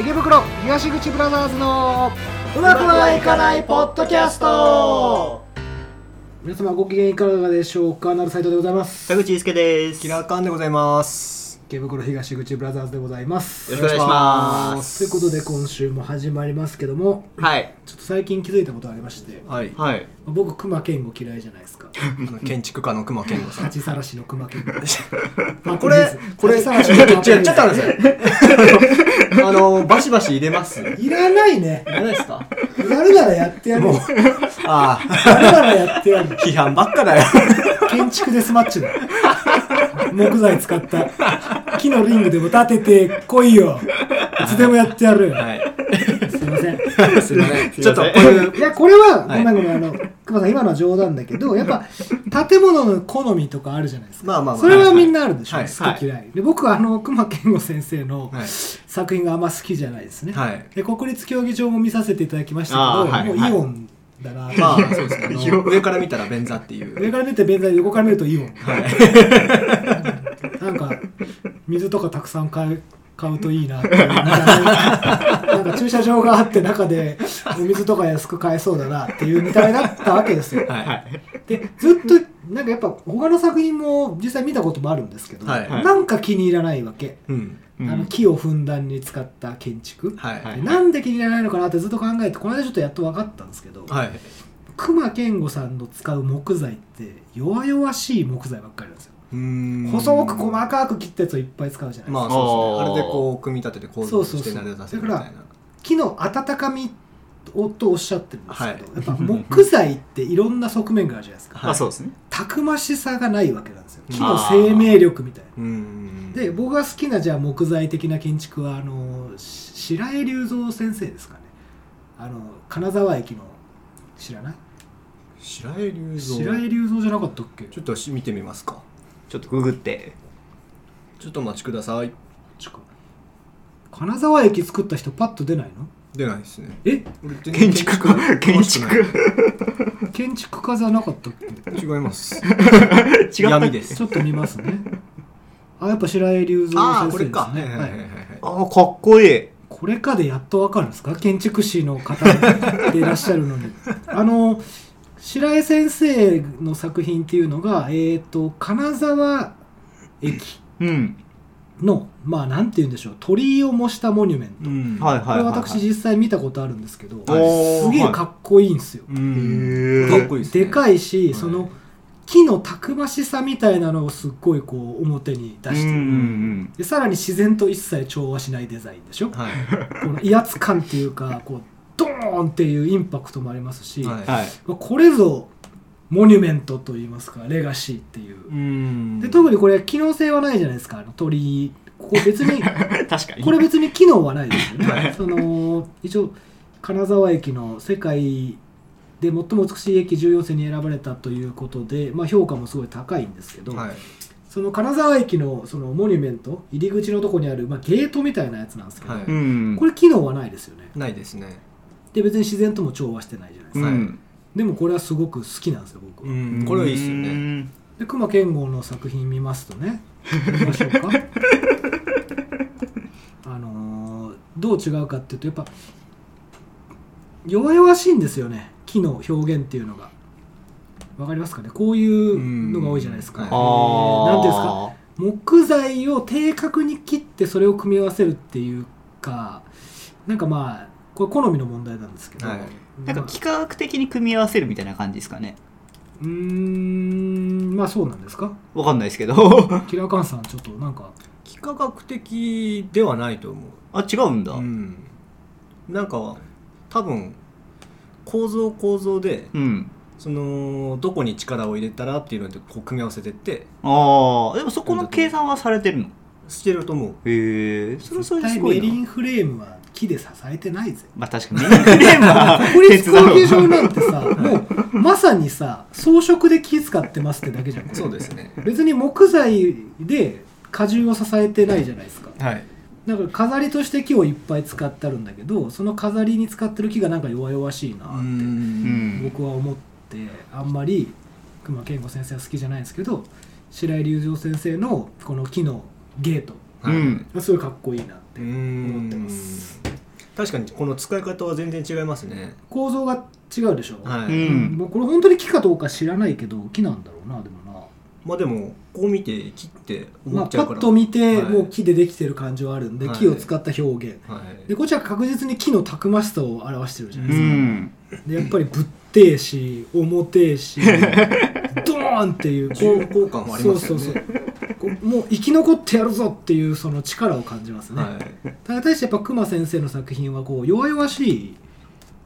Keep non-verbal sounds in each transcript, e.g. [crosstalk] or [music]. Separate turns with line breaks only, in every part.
池袋東口ブラザーズの
うまくはいかないポッドキャスト
皆様ご機嫌いかがでしょうかなるサイトでございます
田口祐介です。
キラーカンでございます
池袋東口ブラザーズでございます
よろしくお願いします。
ということで今週も始まりますけども
はい。
ちょっと最近気づいたことありまして
はい
はい。
僕熊健吾嫌いじゃないですか
あの建築家の熊健吾さん
立ちさらしの熊
[laughs]
健吾
これこれちょっと
[laughs]
やっちゃったんですよあのバシバシ入れます入
いらないね
れないですか
やるならやってやるよ
ああ [laughs]
やるならやってやる
批判ばっかだよ
建築デスマッチだよ木材使った木のリングでも立ててこいよいつでもやってやるよ、
はい
すいません
すいません
すいません
ちょっとこういう
いやこれは、
はい
ごめんごめんあの熊さん今のは冗談だけどやっぱ建物の好みとかあるじゃないですか
まあまあまあ
それはみんなあるでしょ、
はい
好き嫌い、で僕はあの熊健吾先生の
はい
作品があんま好きじゃないですね、
はい
で国立競技場も見させていただきましたけど、
あーはい
もうイ
はい
オンだな、
まあそうですねあ
[laughs]
[laughs] の上から見たら便座っていう
上から見て便座で横から見るとイオン
はい
なんか水とかたくさん買う買うといいなっていうなんか駐車場があって中でお水とか安く買えそうだなっていうみたいだったわけですよ
はい
でずっとなんかやっぱ他の作品も実際見たこともあるんですけど、
はい
なんか気に入らないわけ、
うん
うん
あの木をふんだんに使った建築、
はいは
で
い
なんで気に入らないのかなってずっと考えてこの間ちょっとやっと分かったんですけど、
はい
熊健吾さんの使う木材って弱々しい木材ばっかりなんですよ
うーん
細く細かく切ったやつをいっぱい使うじゃないですか、
まあそう
あ
ですね
ー
あれでこう組み立てて構造として
そうそうそう
成り立たせるみたいな
木の温かみをとおっしゃってるんですけど、
は
やっぱ木材っていろんな側面があるじゃないですか、
はい
あ、そうですね。
たくましさがないわけなんですよ木の
あー
生命力みたいな
うーん
で僕が好きなじゃあ木材的な建築はあのし白井隆三先生ですかねあの金沢駅の知らない
白井龍三
白井隆三じゃなかったっけ
ちょっとし見てみますか
ちょっとググって。
ちょっとお待ちください
ちょっと金沢駅作った人パッと出ないの
出ないですね
え
俺全然
建築家、建築
建築家じゃなかったっけ
詳しくない違います
家。違った
闇。です
ちょっと見ますね。あ、やっぱ白井隆
あ
三先
あこ
生
れ
で
か
す
はいはい
ね。
は
はい
はい
い
あー、かっこいい。
これかでやっとわかるんですか建築士の方でいらっしゃるのに。あの、白井先生の作品っていうのが、えっ、と、金沢駅
うん。
の、まあ、なんて言うんでしょう、鳥居を模したモニュメント。
うん
はい
こ
はい
れ
はい。
私実際見たことあるんですけど、
おー
すげえかっこいいんですよ。
うん
へー
かっこいいですね
でかいし、
はい
その木のたくましさみたいなのをすっごいこう表に出
うん
して
う
る
ん
でさらに自然と一切調和しないデザインでしょ、
はい
この威圧感っていうかこうドーンっていうインパクトもありますし、
は
うん。はい。
まあこれぞモニュメントといいますかレガシーっていう、
ん
で特にこれ機能性はないじゃないですかあの鳥居ここ別に
確かに。
これ別に機能はないですよ
は
ね
い
その一応金沢駅の世界で最も美しい駅14選に選ばれたということで、まあ、評価もすごい高いんですけど、
はい
その金沢駅のそのモニュメント入り口のとこにある、まあ、ゲートみたいなやつなんですけど、
はいう
こ
ん。
れ機能はないですよね
ないですね
で別に自然とも調和してないじゃないです
う
か、
ん。
でもこれはすごく好きなんですよ僕は、
うんこれはいいですよね
ね。
で熊健吾の作品見ますとね見まし
[laughs]
ょうかあのーどう違うかっていうとやっぱ弱々しいんですよね木の表現っていうのがわかりますかねこういうのが多いじゃないですか、
うん
え
あ
ーなんていうんですか
あ
木材を正確に切ってそれを組み合わせるっていうかなんかまあこれ好みの問題なんですけど、
はい
ーなん
ま
か
あ
幾何学的に組み合わせるみたいな感じですかね。
うーんまあそうなんですか
わかんないですけど。
[laughs] キラーカンさんちょっとなんか
幾何学的ではないと思う
あ、違うんだ。う。
うんんなんか多分構造構造でそのどこに力を入れたらっていうのでこう組み合わせてって
ああ、でもそこの計算はされてるの。
してると思う
へえ、それはそれ
絶
で
対
すご
メ
い
リ
な。
ンフレームは木で支えてない
[laughs]
ぜ
まあ確かにメリンフレーム [laughs] は
国立
鉄だ
競
ろ
技
う
場なんてさもうまさにさ装飾で木使ってますってだけじゃんこれ
そうですね
別に木材で荷重を支えてないじゃないですか
はい
なんか飾りとして木をいっぱい使ってあるんだけどその飾りに使ってる木がなんか弱々しいな
う
うんん。
僕は思ってあんまり熊健吾先生は好きじゃないんですけど白井隆三先生のこの木のゲート
う
はい
ん。
がすごいかっこいいなって
思
思ってます
確かにこの使い方は全然違いますね
構造が違うでしょ、
はい、
うん。
もうこれ本当に木かどうか知らないけど木なんだろうなでもな
まあでもこう見て切って
ま
思
あ、
っち
パ
ゃうか
ッ
ら、
と見て、
はい
もう木でできてる感じはあるんで、
はい
木を使った表現
はい
でこっちは確実に木のたくましさを表してるじゃないうですか、
ん。
でやっぱりぶってえし重てえ
[laughs]
しドーンっていう
重
こ
厚感もありますよね
そうそううこうもう生き残ってやるぞっていうその力を感じますね、
はい
ただ対してやっぱ熊先生の作品はこう弱々しい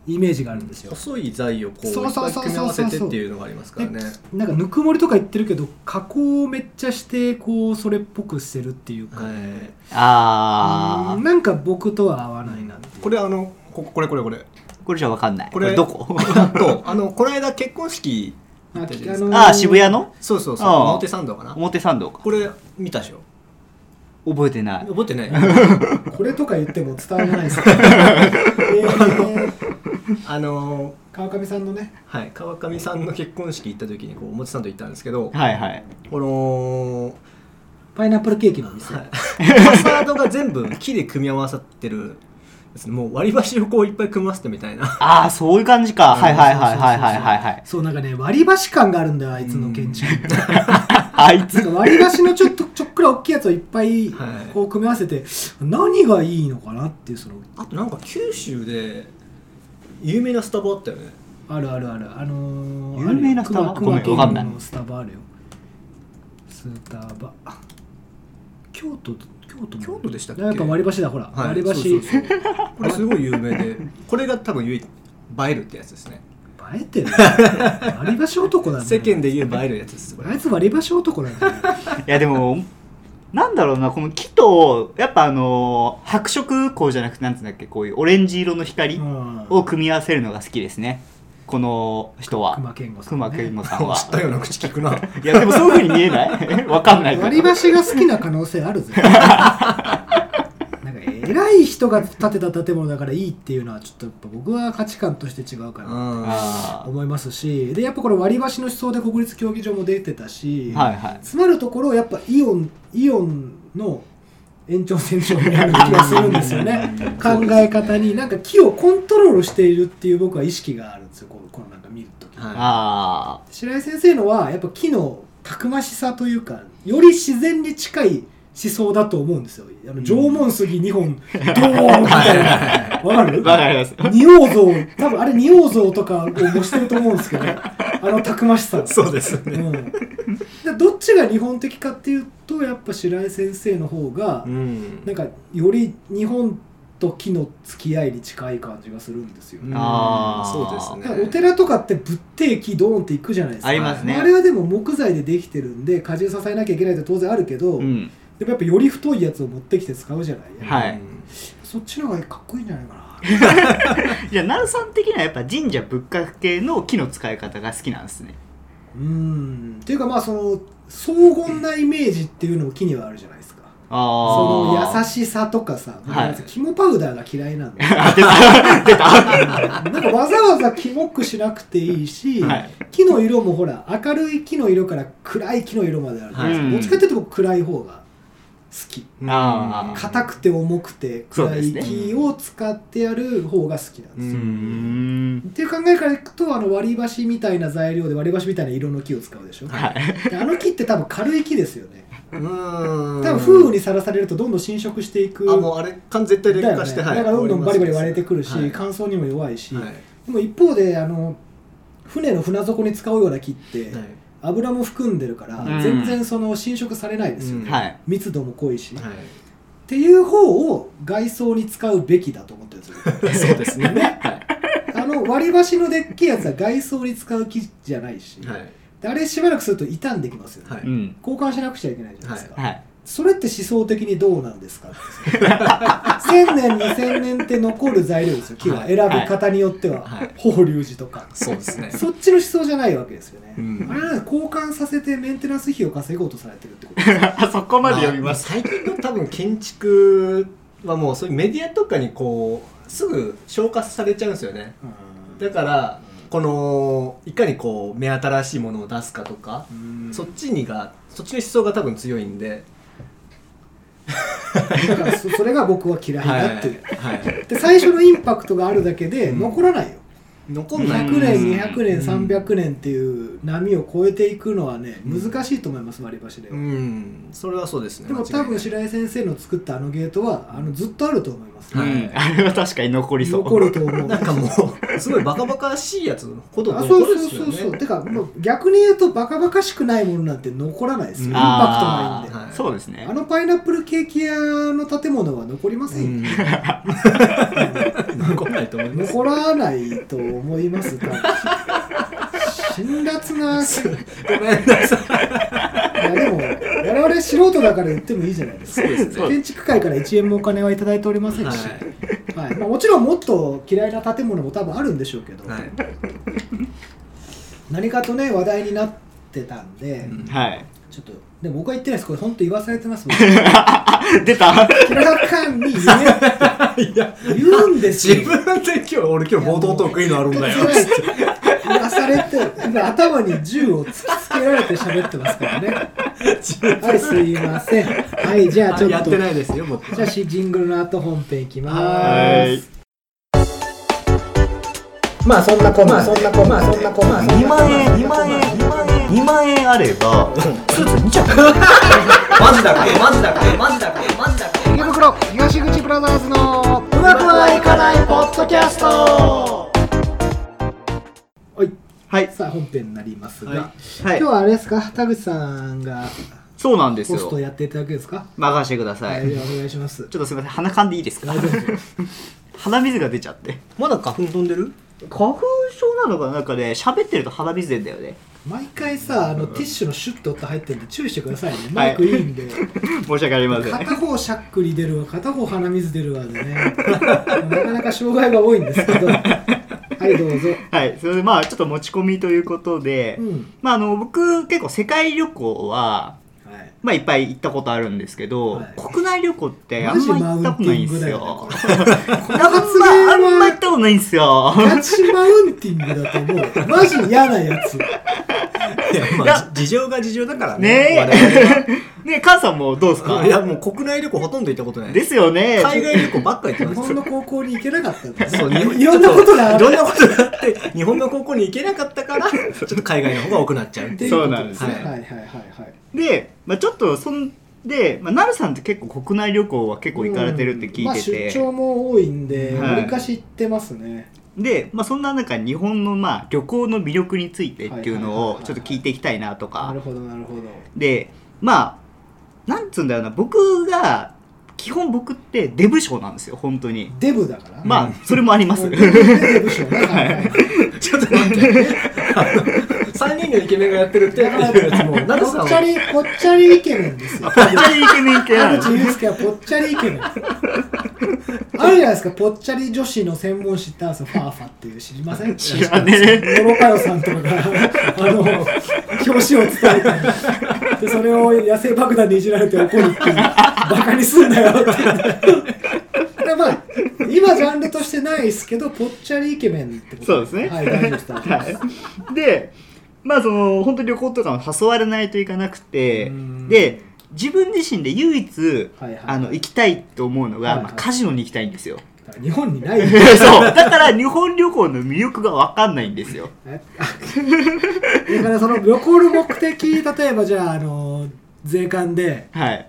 イメージがあるんですよ
細い材をこういっ
そうそ
ぱ
う
い
そうそうそう
組み合わせてっていうのがありますからね
なんかぬくもりとか言ってるけど加工をめっちゃしてこうそれっぽくしてるっていうか、
はい
あ
うんなんか僕とは合わないなっていう
これあのここれこれこれ
ー。これじゃわかんない。
こ
こ
れ
れどこ
[laughs] あとあのこの間結婚式
あ
行ったじゃないですか
のー
[laughs] ああ、渋谷の
そうそうそう
ああ
表参道かな
表参道か。
これ見たでしょ
覚えてない。
覚えてない
[laughs] これとか言っても伝わらない
[laughs]
ですけど、えー
あのー
川上さんのね
はい川上さんの結婚式行った時にこう表参道行ったんですけど
はいはい。
この
パイナップルケーキのお店、
はい [laughs] ファサードが全部木で組み合わさってるですねもう割り箸をこういっぱい組み合わせてみたいな
ああ、そういう感じか。はいはいはいはいはいはいはい。
そうなんかね割り箸感があるんだよあいつの建築って
あい
な
つ
んか割り箸のちょっとちょっくら大きいやつをいっぱい
はい
こう組み合わせて何がいいのかなっていうその
[laughs] あとなんか九州で有名なスタバあったよね
あるあるあるあのー、
有名なスタバ
あるよ熊
ごめんわかんな
熊
い
県のスタバあるよスタバ京都京都も
京都でしたっけ
なんか割り箸だほら、
はい
割り箸
そうそうそうこれすごい有名でこれが多分唯一映えるってやつですね
映えてるね割り箸男なんだよ
世間で言う映えるやつですこれ
あいつ割り箸男なんだよ
いやでも、なんだろうな、この木と、やっぱあのー白色光じゃなくて、なんつうんだっけ、こういうオレンジ色の光
うん
を組み合わせるのが好きですね。この人は。
熊健吾さんね
熊健吾さんは
知。ったような口聞く [laughs] な
いやでもそういう風に見えない [laughs] わかんないけど。
割り箸が好きな可能性あるぜ [laughs] なんか偉い人が建てた建物だからいいっていうのはちょっとやっぱ僕は価値観として違うかな
あ
思いますしでやっぱこの割り箸の思想で国立競技場も出てたし、
ーはいはい。
詰まるところやっぱイオンイオンの延長線上にある気がするんですよね考え方になんか木をコントロールしているっていう僕は意識があるんですよこうこのなんか見るとき
は
あ
白井先生のはやっぱ木のたくましさというかより自然に近い思想だと思うんですよあの縄文杉2本ドーンみたいなわか
あ。
る
わかります。
仁王像多分あれ仁王像とかを模してると思うんです
[laughs]
けどあのたくましさ
いそうです
う
ね
ん、でどっちが日本的かっていうとやっぱ白井先生の方が、
うん
なんかより日本と木の付き合いに近い感じがするんですよ、
うん
あー
そうで
だ
す
から
ね
お寺とかってぶってえ木ドーンっていくじゃないですか
ありますね。
あれはでも木材でできてるんで荷重支えなきゃいけないって当然あるけど、
うん。
でもやっぱより太いやつを持ってきて使うじゃない、
はい
うん
そっちの方がかっこいいんじゃないかな
じゃあ、ナルさん的にはやっぱ神社仏閣系の木の使い方が好きなんですね。
うんっていうかまあその荘厳なイメージっていうのも木にはあるじゃないですかそ
あ
の
あ。
優しさとかさ、
はい
肝パウダーが嫌いなんで [laughs]
出
な
た。
んかわざわざキモくしなくていいし、
はい
木の色もほら明るい木の色から暗い木の色まであるじゃないですか、
はい
どっちかっていうと僕暗い方が好き
あー
硬くて重くて
そう
暗
です
い
ね
木を使ってやる方が好きなんですよ、
う
う
ー
ん
ん。
っていう考えからいくとあの割り箸みたいな材料で割り箸みたいな色の木を使うでしょ、
はい。
であの木って多分軽い木ですよね
うん
多分風雨にさらされるとどんどん侵食していく
あもうあれ完絶対
だ
劣
よ
化
ね
して、
だ
はい
からどんどんバリバリ割れてくるし、
はい
乾燥にも弱いし、
はい
でも一方であの船の船底に使うような木って、
はい
油も含んでるから、
うん
全然その侵食されないですよね、
うん
はい。
密度も濃いし、っ
はい
ていう方を外装に使うべきだと思ってるんです
[laughs]
よ
そうですね。は
あの割り箸のでっけえやつは外装に使う木じゃないし、
い。はい。
であれしばらくすると傷んできますよね、
はい。
うん。
交換しなくちゃいけないじゃないですか、 [laughs]
はい。
それって思想的にどうなんですか
[laughs]
って1000年2000年って残る材料ですよ木は
はい
選び方によっては、
はい
法隆寺とか
そうですね。
そっちの思想じゃないわけですよね、
うん
あれは交換させてメンテナンス費を稼ごうとされてるってこと
そこまで読みます。
あ最近の多分建築はもうそういうメディアとかにこうすぐ消化されちゃうんですよね。だからこのいかにこう目新しいものを出すかとか、そっちにがそっちの思想が多分強いんで
だからそそれが僕は嫌いだっていう、
はいはい、
で最初のインパクトがあるだけで
うん
残らないよ
残んない
100
う
年
ん
200年
うん
300年っていう波を越えていくのはね
うん
難しいと思います割り箸では
うんそれはそうですね
でも多
間違いな
分
い
白井先生の作ったあのゲートはあのずっとあると思います、
はい
うんあれは確かに残りそう
残ると思う
なんかもうすごいバカバカしいやつのこと
あ
を
そう
残る
そ
で
う
す
そ
よ
うそう、
ね
てかもう逆に言うとバカバカしくないものなんて残らないですよ、
うん
インパ
あ
クト
は
ないいん
ーそうですね
であのパイナップルケーキ屋の建物は残りませんよ、
うん残んないと思います
残らないと思いますか [laughs] 辛辣な
ごめんなさい
いやでも我々素人だから言ってもいいじゃないですか
そうですね
建築界から1円もお金はいただいておりませんし、
は
はいまあ、もちろんもっと嫌いな建物も多分あるんでしょうけど、
はい
何かとね話題になってたんで、
うん
はい
ちょっとでも僕は言ってないですこれ本当言わされてますもん
出た
キララカンに言えって
いや
言うんですよ
自分で今日俺今日冒頭得意のあるんだよ
言わされて今頭に銃を突きつけられて喋ってますからねはいすいませんはいじゃあちょ
や
っ
っ
と
てないですよ僕
じゃあしジングルの後本編いきま
は
ー
い
すまあそんなこんな、まあ、そんなこんな、まあ、そんなこんな、
2万円2万円2万円2万円あればスーツ2着
マジだかマジだかマジだかマジだか
池袋東口ブラザーズの
うまくはいかないポッドキャスト
はい
はい
さあ本編になりますが、
は
は
今
い
日はあれですか田口さんが
そうなんです
ホスト
よ
やっていただけですか
任せてくださ
はいい、
ち
お願いします
ょっとすみません鼻かんでいいですか
大丈夫です
鼻水が出ちゃって
まだ花粉飛んでる
花粉症なのかなんかね喋ってると鼻水出んだよね [laughs]
毎回さあのティッシュのシュッて音入ってるんで注意してくださいねマイクいいん
[laughs]
で、
申し訳ありません
片方しゃっくり出るわ片方鼻水出るわでね [laughs] なかなか障害が多いんですけ
[laughs]
どはいどうぞ
はいそれでまあちょっと持ち込みということで、
うん
まああの僕結構世界旅行は
はい
まあいっぱい行ったことあるんですけど、
はい
国内旅行ってあんま行ったことないんです
マ
よ。あんま
発言は
あんま行ったことないんですよ。
キャッチマウンティングだと思うマジ嫌なや
[laughs]
つ
いやまあ事情が事情だから
ね
我々は
え。 [laughs] ねえ、母さんもどうですか
いやもう国内旅行ほとんど行ったことない
ですすよね。
海外旅行ばっか行って
日
ます
本の高校に行けなかったんだね
そう日本
いろんなことがあ
いろん
る
なことがあって日本の高校に行けなかったからちょっと海外の方が多くなっちゃうっていう
そうなんです
ね
ね
はいはいはいはい
で、まあちょっとそんで、まあ、なるさんって結構国内旅行は結構行かれてるって聞
まあ、
いてて、
出張も多いんで
はい
わりかし行ってますね
で、まあ、そんな中日本のまあ旅行の魅力についてっていうの
はいはいはいは
を
い
ちょっと聞いていきたいなと
な
か
るほどなるほど
でまあなんつうんだろうな僕が基本僕ってデブ症なんですよ本当に
デブだから
まあそれもあります [laughs]
デブデブ賞ねはいはい
ちょっと待って3人のイケメンがやってるっていうやつもなる
ぽ
さん
っちゃ
は
り、ぽっちゃりイケメンですよ。
ぽっちゃりイケメン系な
田
ん
[laughs] 口
です
祐介はぽっちゃりイケメン。あるじゃないですか、ぽっちゃり女子の専門誌ってあるんですよ、ファーファっていう知りません
知らね
モロカヨさんとかが、あの、表紙を伝えて、で、それを野生爆弾でいじられて怒るっていう、バカにすんなよって。でまあ、今ジャンルとしてないですけど、ぽっちゃりイケメンってこと
そうですね
はい、大丈夫です。大丈夫です
えでまあその本当に旅行とかも誘われないといかなくて
うん
で自分自身で唯一
はいはい
あの行きたいと思うのが、
はいはい
まあ、カジノに行きたいんですよ [laughs]
だから日本にない。
そうだから日本旅行の魅力が分かんないんですよ
[laughs] えあだからその旅行の目的例えばじゃあ、あの税関で
はい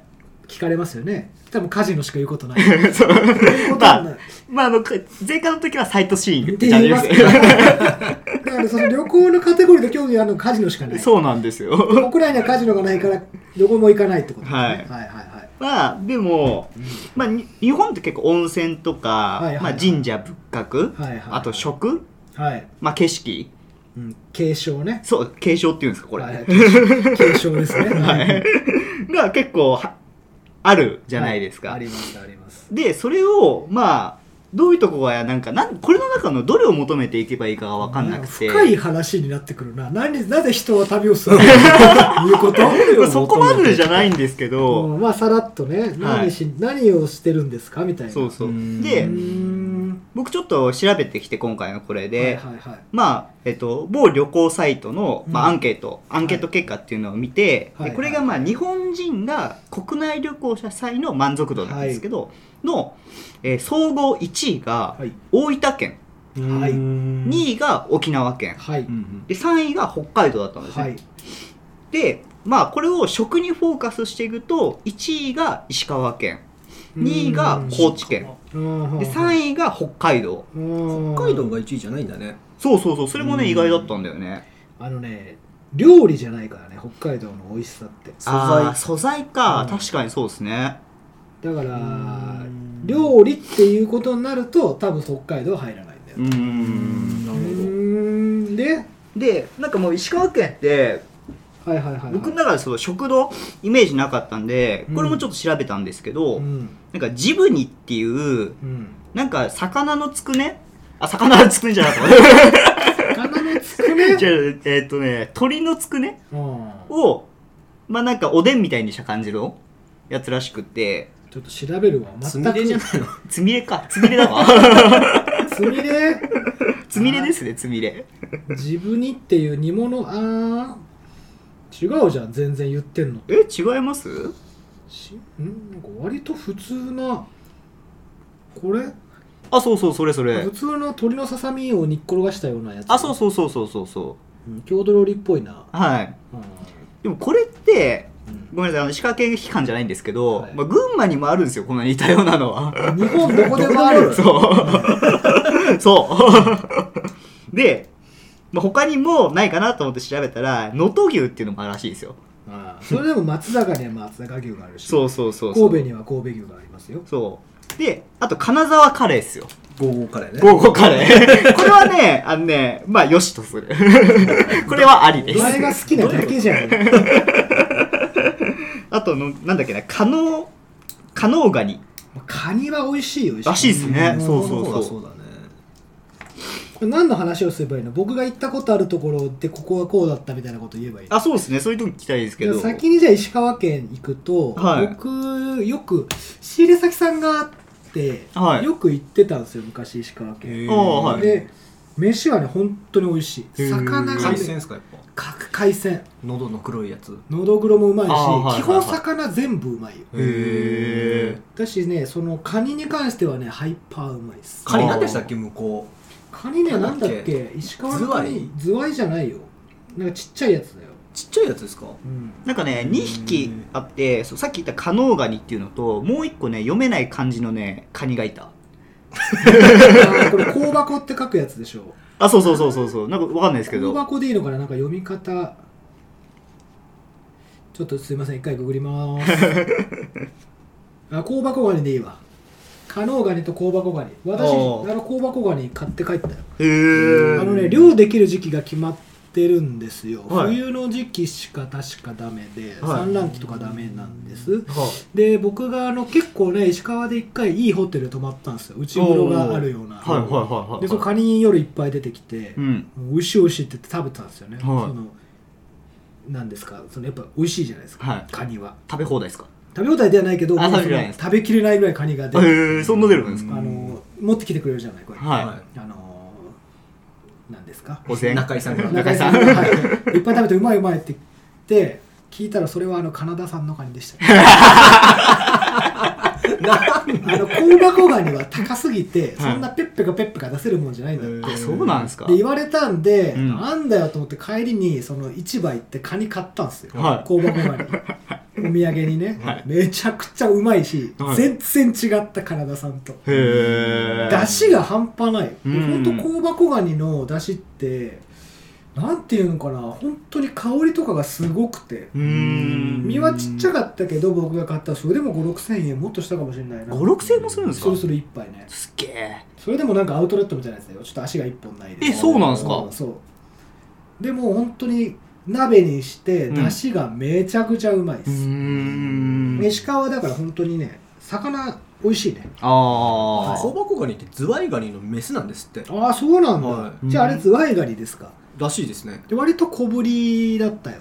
聞かれますよね多分カジノしか言うことない
[laughs] そう
こと
ま
は
あ
ない
まあ、あの、か前回の時はサイトシーイング
っ
ってて感
言いま
じで
す
す
けど [laughs] だからその旅行のカテゴリーで興味あるのカジノしかない
[laughs] そうなんですよ。 [laughs]
国内にはカジノがないからどこも行かないってことですね、
はい
はいはいはい
まあ、でも、まあ、に日本って結構温泉と
は
か、
いはいはい
まあ、神社仏閣、
はいはいはい
あと食、
はい、
まあ、景色、
うん、継承ね
そう、継承っていうんですか、これ。
はいはい継承ですね
はいが結構はあるじゃないですか。
はいありますあります
で、それを、まあ、どういうとこが、なんかなん、これの中のどれを求めていけばいいかが分かんなくて。
深い話になってくるな何なぜ人は旅をす
[laughs]
るのかということ
まあそこまでじゃないんですけど、
うんまあさらっとね何し、何をしてるんですかみたいな
そうそうう。
ん
う
で
ー、ん
僕ちょっと調べてきて今回のこれで、
はいはいはい
まあえっと、某旅行サイトの、まあ、
うん
アンケート、アンケート結果っていうのを見て、
はい
でこれがまあ日本人が国内旅行した際の満足度なんですけど、の、えー総合1位が
はい
大分県、
はい
に、
2位が沖縄県
はい
うん
で3位が北海道だったんですね、
はい
でまあこれを食にフォーカスしていくと1位が石川県2位が高知県で
3
3位が北海道
うん北海道が1位じゃないんだね
そうそうそうそれも
う
ね
ん
意外だったんだよね
あのね料理じゃないからね北海道の美味しさって
素材
あー素材か、
うん
確かにそうですね
だか
う
ら
ん
料理っていうことになると多分北海道は入らないんだよ
う、ん
な
う
るほど
ーんではい
でなんかもう石川県って
はいはい、はい、
僕の中でその食堂イメージなかったんでこれもちょっと調べたんですけど、
うん
なんかジブニっていう
うん
なんか魚のつくねあ魚のつくねじゃなかった
魚のつくね
[laughs] 違うえーっとね鶏のつくね
うん
をまあなんかおでんみたいにした感じのやつらしくって
ちょっと調べるわ
つ
全
み
く
れじゃないの
つみれかつみれ
[laughs]
だわ
つみれ
つみれですねつみれ
自分にっていう煮物あー違うじゃん全然言ってんの
え違います
しんなんか割と普通なこれ
あそうそうそれそれ
普通の鶏のささみを煮っ転がしたようなやつ
あそうそうそうそうそうそ
うん郷土料理っぽいな
うはい
うん
でもこれって
うん
ごめんなさいあの石川県批判じゃないんですけど、
はい
まあ、群馬にもあるんですよこんな似たようなのは
日本どこ [laughs] でもあ
[laughs]
る
そう。 [laughs] そう。で、まあ、他にもないかなと思って調べたら、能登牛っていうのもあるらしいですよ。
あーそれでも松坂には松坂牛があるし
そうそうそうそう。
神戸には神戸牛がありますよ
そう。で、あと、金沢カレーですよ。
ゴーゴーカレーね
ゴーゴーカレー。 [laughs] これはね、あのね、まあ、よしとする。これはありで
お前
す。
が好きなだけじゃん
あとの、なんだっけな、カノー、カノーガニ。
カニは美味しいよ
らしいですね。
うん
そうそうそう。
そうだね
何の話をすればいいの僕が行ったことあるところでここはこうだったみたいなこと言えばいいの
あ、そうですね。そういうとこ聞きたいですけど。
じゃあ先にじゃあ石川県行くと、
はい
僕よく仕入れ先さんがあって、
はい
よく行ってたんですよ昔石川県、
ああはい
で飯はね本当に美味しい
へー
魚が
海
ね
鮮っすかやっぱ
か海鮮
喉の黒いやつ
のどぐろもうまいし、
あーはい
基本魚全部うまいよ
へー
だしねそのカニに関してはねハイパーうまいです
カニ何でしたっけ向こ
カニねなんだっ
なんだっ
け石川のカニズワイじゃないよなんかちっちゃいやつだよ、
うちっちゃいやつですか
うん
なんかね、2匹あって、そうさっき言ったカノーガニっていうのと、もう1個ね、読めない漢字のね、カニがいた。
あーこれ香箱って書くやつでしょ
あ、そうそうそうそうそう、なんかわかんないですけ
香
ど。
箱でいいのかななんか読み方ちょっとすいません一回ググりまーすあ香箱ガニでいいわ加能ガニと香箱ガニ私あ
お
の
う
香箱ガニ買って帰ったよ
へー
あのね漁できる時期が決まってるんですよ、
はい
冬の時期しか確かダメで、
はい
産卵期とかダメなんです
は
で僕があの結構ね石川で一回いいホテル泊まったんですよ内風呂があるような
はいはいはいはい。
でそのカニ夜いっぱい出てきて、
うん。
美味しい美味しいって言って食べたんですよね、
はい
そのなんですかそのやっぱ美味しいじゃないですか、
はい
カニは
食べ放題ですか
食べ放題ではないけど
あ
もう
食べきれないです
その食べきれないぐらいカニが
へ
出て、
ー、そんな出るんですか
あの持ってきてくれるじゃないこれ、
は
あのなんですか
い。おせん。
中井さんが
中井 [laughs] さん
がはいいっぱい食べてうまいうまいって言って聞いたらそれはあのカナダ産のカニでしたあの香箱ガニは高すぎてそんなペッペカペッペカ出せるもんじゃないんだって、
へー
あ、そうなんですか
で言われたんで、
うん
なんだよと思って帰りにその市場行ってカニ買ったんですよ、
はい
香箱ガニ
[laughs]
お土産にね、
はい
めちゃくちゃうまいし、
はい
全然違った体さんと
へー。
出汁が半端ない、
う
本
ん
当ほんと香箱ガニの出汁ってなんていうのかな本当に香りとかがすごくて
うーん。
身はちっちゃ
が。
かったけど僕が買ったそれでも5 6千円もっとしたかもしれないな
5、6千円もするんですか
それそれ一杯ね
すっげえ。
それでもなんかアウトレットみたいなやつだよちょっと足が一本ないで
え、そうなんですか
そうでも本当に鍋にして
うん
出汁がめちゃくちゃうまいで
うー
す、
ん。
石川はだから本当にね魚美味しいね
あ
香箱ガニってズワイガニのメスなんですって
ああそうなんだ、
はい
じゃああれズワイガニですから
しいですね
で割と小ぶりだったよ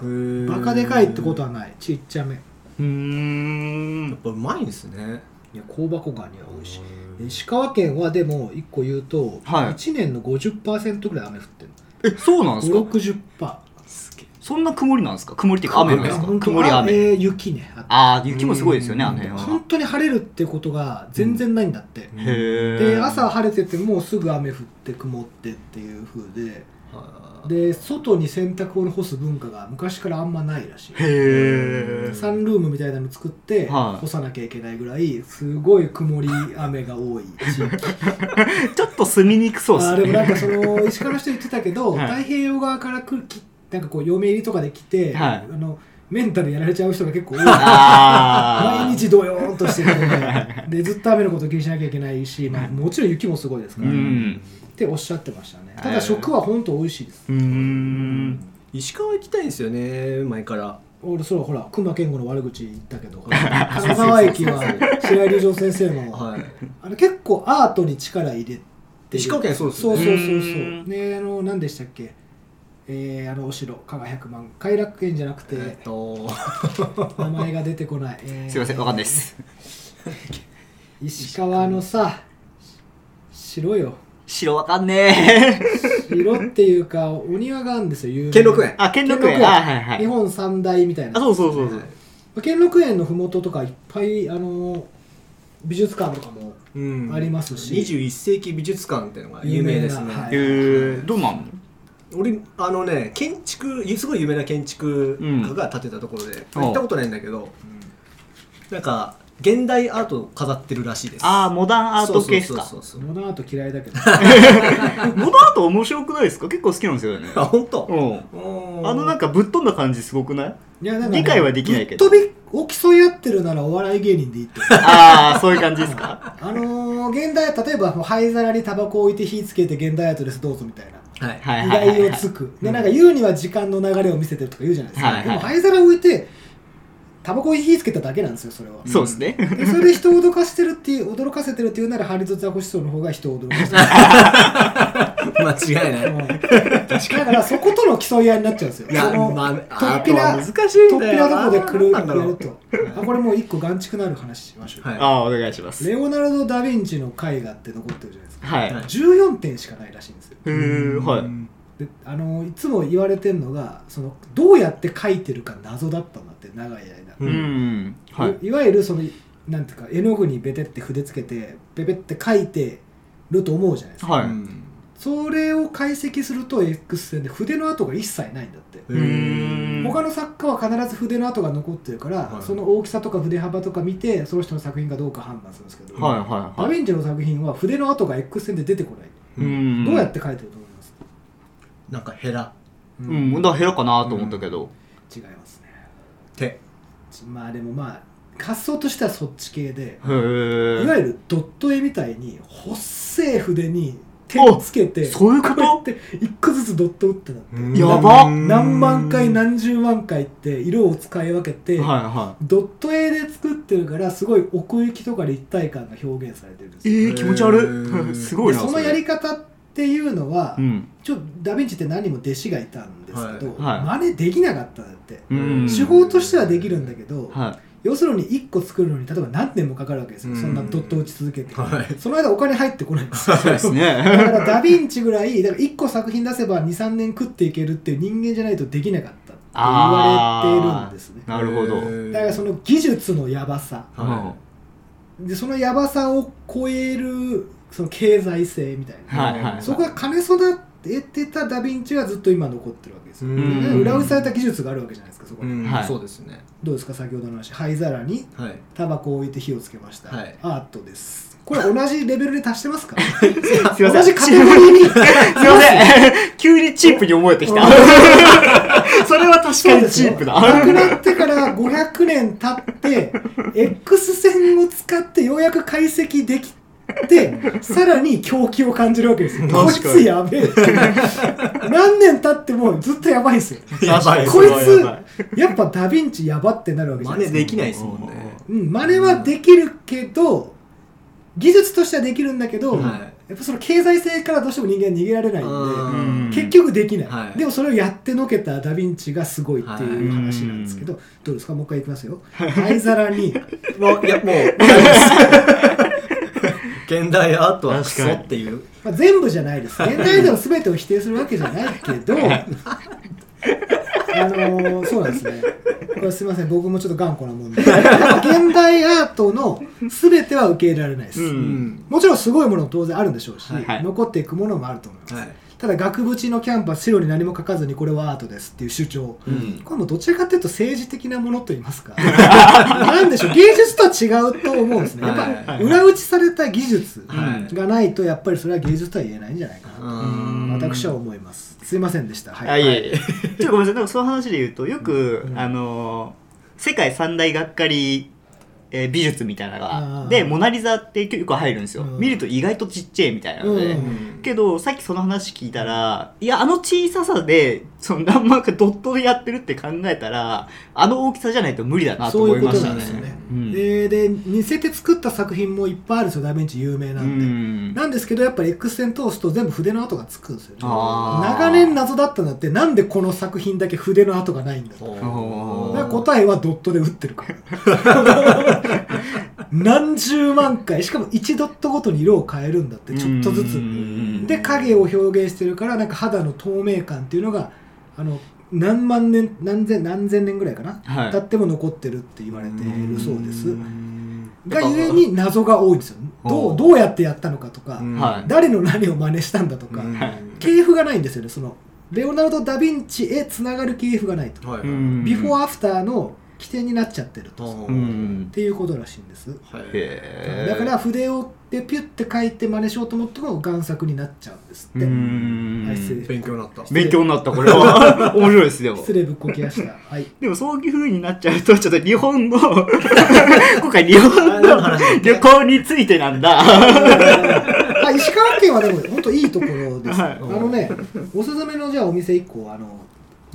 バカでかいってこと
は
はないちっちゃめ
ー。うーん
やっ。ぱうまいんですね
いや香箱ガニは美味しい石川県はでも1個言うと、
はい
1年の50%ぐらい雨降ってる
えそうなんですか
5 6 0
すげえ
そんな曇りなんですか曇りっていうか雨なんですか
本当
曇り
あ
雨
えー雪ねあ
ああ雪もすごいですよね
うん
あの辺は
本当に晴れるってことが全然ないんだって、
へえ
で朝晴れててもすぐ雨降って曇ってっていう風でで外に洗濯を干す文化が昔からあんまないらしい
へえ
サンルームみたいなの作って
はい
干さなきゃいけないぐらいすごい曇り雨が多い地域
ちょっと住みにくそうで
あ
す
ーでも
ね
なんかその石川の人言ってたけど、
はい
太平洋側から来るきなんかこう嫁入りとかで来て、
はい
あのメンタルやられちゃう人が結構多い
あ
[laughs]
あ
毎日ドヨーンとしてるのででずっと雨のことを気にしなきゃいけないし、まあ、もちろん雪もすごいですか
う
ら、
ん
っておっしゃってましたね
はい
ただ食は本当美味しいです
うーん
石川行きたいんですよね前から
俺そうほら熊健吾の悪口言ったけど
[laughs]
金沢駅は白井隆三先生の、
[laughs]
はい
あれ結構アートに力入れてる
石川県そうです
そ
よ
う
ね
そうそうそう
うん
ねあの何でしたっけえー、あのお城加賀百万偕楽園じゃなくて
[laughs]
えっと
名前が出てこない、えー
すいませんわかんないです
石川のさ城よ
[laughs] 白わかんねえ
城っていうかお庭があるんですよ有名な
兼六園
あ兼六園
兼六園
あはいは
日
い
本三大みたいな
あそうそうそうそう
兼六園のふもととかいっぱいあの美術館とかも
うん
ありますし
21世紀美術館っていうのが有名です
有名
ね、
なはい
へえどうなん
俺あのね建築すごい有名な建築家が建てたところで、
うん
行ったことないんだけど、なんか現代アートを飾ってるらしいです
ああモダンアート系っすか
そうそうそうそう
モダンアート嫌い
[laughs]
だけど
モダンアート面白くないですか結構好きなんですよね
あ本当
うん
うん
あのなんかぶっ飛んだ感じすごくない
いやなんかね
理解はできないけど
ぶっ飛びを競い合ってるならお笑い芸人でいいって
ああそういう感じですか
あのー、現代例えば灰皿にタバコを置いて火つけて現代アートですどうぞみたいな
はい
[laughs] はい
依
はいはい
頼を
はい
つくでなんか言うには時間の流れを見せてるとか言うじゃないですか、
はいはい
でも灰皿置いてタバコに火つけただけなんですよそれは
そうですね
でそれで人を脅かしてるっていう驚かせてるっていうならハリゾザコシソウの方が人を驚かせて
間違いない
るうんだからそことの競い合いになっちゃうんですよ
いや、
その
まあ、
とっ
あ
ぴ
とは
な
難しい
と
ん
っ
だ
ぴ
よ
なと
な。
こで狂う
なんだろ
る
う。
とあこれもう一個眼畜なる話しましょう、
はい
ああお願いします
レオナルド・ダ・ヴィンチの絵画って残ってるじゃないですか
はい
はい
14点しかないらしいんですよ
へえはい
であのいつも言われてるのがそのどうやって描いてるか謎だったんだって長い間、
う
うんはい
い、いわゆるそのなんていうか絵の具にベテって筆つけてペペって描いてると思うじゃないですか、
はい
うん
それを解析すると X 線で筆の跡が一切ないんだって、
う
うん
ん
他の作家は必ず筆の跡が残ってるから、
はい
その大きさとか筆幅とか見てその人の作品かどうか判断するんですけど、
はいはい
ダ・
は
ヴィンチの作品は筆の跡が X 線で出てこない、
いん
どうやって描いてると思います、
なんかヘラ、
う
うんだから部屋かなと思ったけど
違いますね
手。
まあでもまあ発想としてはそっち系で、い
へ
わゆるドット絵みたいに細い筆に手をつけ
え
て
そういうこ
こうやっ
と
て一個ずつドット打ってたって
やば
うん
何万回何十万回って色を使い分けて、
はいは
ドット絵で作ってるからすごい奥行きとか立体感が表現されてるんです
い
よ
えー気持ち悪
へえ
い [laughs] すご
で
いな
そ
そ
の
れ
やり方っていうのは、
うん
ちょダ・ヴィンチって何人も弟子がいたんですけど、
はいはい
真似できなかったんだって、
うん
手法としてはできるんだけど、
は
要するに1個作るのに例えば何年もかかるわけですよ、
うん
そんなドット打ち続けて、
はい
その間お金入ってこ
[laughs]
ないんですよ
いそうです
だ
[laughs] ね
からダ・ヴィンチぐらいだから1個作品出せば23年食っていけるっていう人間じゃないとできなかったって言われてるんですね
なる
[laughs]
ほど
へー
だからその技術のヤバさ
は
でそのヤバさを超えるその経済性みたいな、
はいはい
そこが兼ね備えてたダ・ヴィンチはずっと今残ってるわけですよ、
うん
だから裏打ちされた技術があるわけじゃないですかそこ
う
に、
ん
はい
そうですね。
どうですか先ほどの話灰皿に
はい。
タバコを置いて火をつけました、
はい
アートですこれ同じレベルで達してますか
[laughs] すいません
同じカテゴリーに
すいません [laughs] 急にチープに思えてきた [laughs] それは確かに [laughs] チープだ
亡く [laughs] なってから500年経って X 線を使ってようやく解析できてさらに狂気を感じるわけですよ
確か
こい
に
つや
[laughs]
べえ何年経ってもずっとやばいんですよ
やばい
こいつ
やばい
やっぱダ・ヴィンチやばってなるわけじゃ
真
ない
似
です
で
か
きないですもんね。
うん真似はできるけど技術としてはできるんだけど、
は
やっぱその経済性からどうしても人間は逃げられないん
うん
で結局できない、
はい
でもそれをやってのけたダ・ヴィンチがすごいっていう話なんですけど、どうですかもう一回いきますよ灰皿に
もういやもう
[laughs]
現代アートはクソっていう
まあ、全部じゃないです現代でも全てを否定するわけじゃないけどあのーそうなんですねこれすいません僕もちょっと頑固なもんでやっぱ現代アートの全ては受け入れられないです、
うん
うん
もちろんすごいものも当然あるんでしょうし、
はい
はい
残っていくものもあると思います、
はい
ただ額縁のキャンパス白に何も書かずにこれはアートですっていう主張、
ん
これもどちらかというと政治的なものと
[laughs]
言いますかなんでしょう芸術とは違うと思うんですねや
はい
っ
はい
ぱ
はい
裏打ちされた技術
はい
がないとやっぱりそれは芸術とは言えないんじゃないか
う
なと
ん
私は思いますすいませんでしたは
あいえいえちょっとごめんなさいでもその話で言うとよく、
うん
あの世界三大がっかり、えー美術みたいなの
あー
がでモナ・リザってよく入るんですよ、
うん
見ると意外とちっちゃいみたいなので、
うん
けどさっきその話聞いたらいやあの小ささでその何マークドットでやってるって考えたらあの大きさじゃないと無理だなと
そう
思
い
いう
こ
ま
と
し
な
た
んで
ね
すよね、
うん
でで似せて作った作品もいっぱいあるんですよダ・ヴィンチ有名な
うん
で、
ん
なんですけどやっぱり X 線通すと全部筆の跡がつくんですよね
あー
長年謎だったんだってなんでこの作品だけ筆の跡がないんだと
お
だから
ー
答えはドットで打ってるから
[laughs]
何十万回しかも1ドットごとに色を変えるんだってちょっとず
う
つ
ん
で影を表現してるからなんか肌の透明感っていうのがあの何万年何千何千年ぐらいかな、
はい
経っても残ってるって言われてるそうです
ん
がゆえに謎が多いんですよど
お
う
う
どうやってやったのかとか、
うん
はい
誰の何を真似したんだとか、
うん
はい
系譜がないんですよねそのレオナルド・ダ・ヴィンチへつながる系譜がないと、
はい
うん
ビフォーアフターの起点になっちゃってると、っ
うん
ていうことらしいんです、
はい
へー
だから筆をでピュッて書いて真似しようと思っても贋作になっちゃうんですって、
うん
はい失礼
勉強になった
勉強になったこ
[laughs]
れは面白いですでも
失礼ぶっこきや
[laughs]
したはい
でもそういう風になっちゃうとちょっと日本
[laughs]
の今回日本
何の
の
話 [laughs]
旅行についてなんだ
あ石川県はでも本当いいところです、
はい
あのねおすすめのじゃあお店1個あの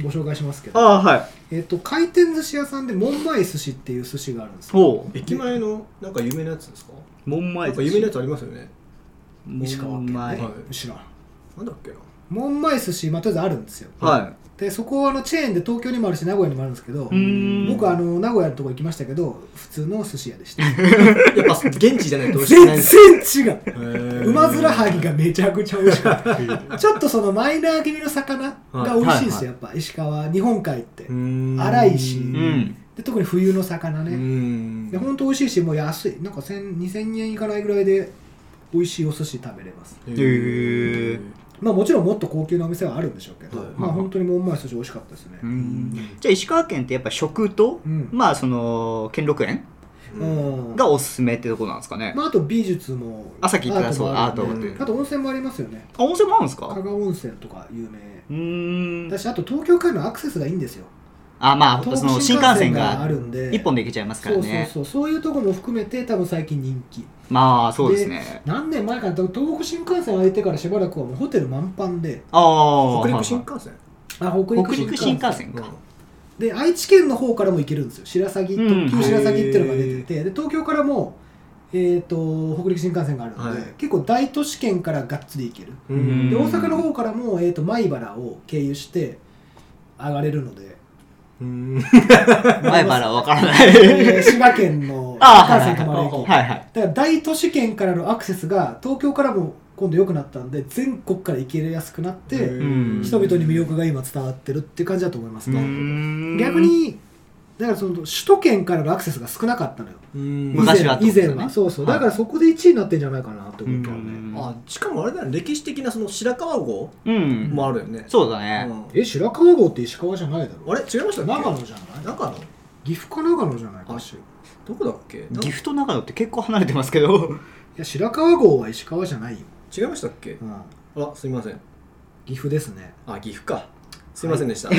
ご紹介しますけど、
あはい
えっと回転寿司屋さんでモンバイ寿司っていう寿司があるんですよ
ほ
駅前のなんか有名なやつですか
う門
な
前
んか有名なやつありますよね
石川県、ね
門前
は
知らん
なんだっけな
モンマイ寿司、まあ、とりあえずあるんですよ、
は
でそこはあのチェーンで東京にもあるし名古屋にもあるんですけど
いうん
僕はあの名古屋のとこ行きましたけど普通の寿司屋でした
やっぱ現地じゃないと美味し [laughs] くない
全
んです
然違う
う
うまずらはぎがめちゃくちゃ美味しかったちょっとそのマイナー気味の魚が美味しいんですよやっぱ石川日本海って
荒
荒いし
う
うん
ん
で特に冬の魚
う
ね
ん
で本当美味しいしもう安いなんか1000 2000円いかないぐらいで美味しいお寿司食べれます
へ
へ
ー
ー
まあもちろんもっと高級なお店はあるんでしょうけど
はい
まあ本当にモンマイ寿司美味しかったですね
ん
じゃあ石川県ってやっぱ食と、
うん
まあその兼六園
うん
がおすすめってとこなんですかね、
まああと美術も
あさっき言ってたそうアート
もあるよ
っ
ね
ていう
アー
あと温泉もありますよね
あ温泉もあるんです
加
か
賀温泉とか有名
うーん
だしあと東京からのアクセスがいいんですよ
あまあ
東
そ
北
の新幹線
あ
が
るんで
一本で行けちゃいますか
そ
ら
うそう
ね
そうそういうとこも含めて多分最近人気
まあそうですね
何年前かな東北新幹線開いてからしばらくはもうホテル満帆で
ああ
北陸新幹線
あ北
北
陸新
陸
幹
新
線
幹線か
で愛知県の方からも行けるんですよ白鷺
うん
特急白鷺っていうのが出ててで東京からもえー、と北陸新幹線があるので、
はい
結構大都市圏からがっつり行ける
う
うん
ん
で大阪の方からも、えー、と米原を経由して上がれるので、
うん
前原わからな
え
い
ー滋賀県の
ああ
新幹線止まる駅、
はいはい
だから大都市圏からのアクセスが東京からも今度良くなったんで全国から行けやすくなって、
へー
うん
人々に魅力が今伝わってるっていう感じだと思います
うー
ね、
ん
逆にだからその首都圏からのアクセスが少なかったのよ以前
昔はってこと
以
で
前
すよね
はそうそう
はい
だからそこで1位になってんじゃないかなと思うけど
う
ね
ん
あしかもあれだね歴史的なその白川郷
うん
もあるよね
そうだね、
うん
え白川郷って石川じゃないだろ
あれ違いましたっけ
長野じゃない
長野
岐阜か長野じゃないか
あ
しら
どこだっけ
岐阜と長野って結構離れてますけど
いや白川郷は石川じゃないよ、
違いましたっけ
うん、
あすいません
岐阜ですね
あ岐阜かすいませんでした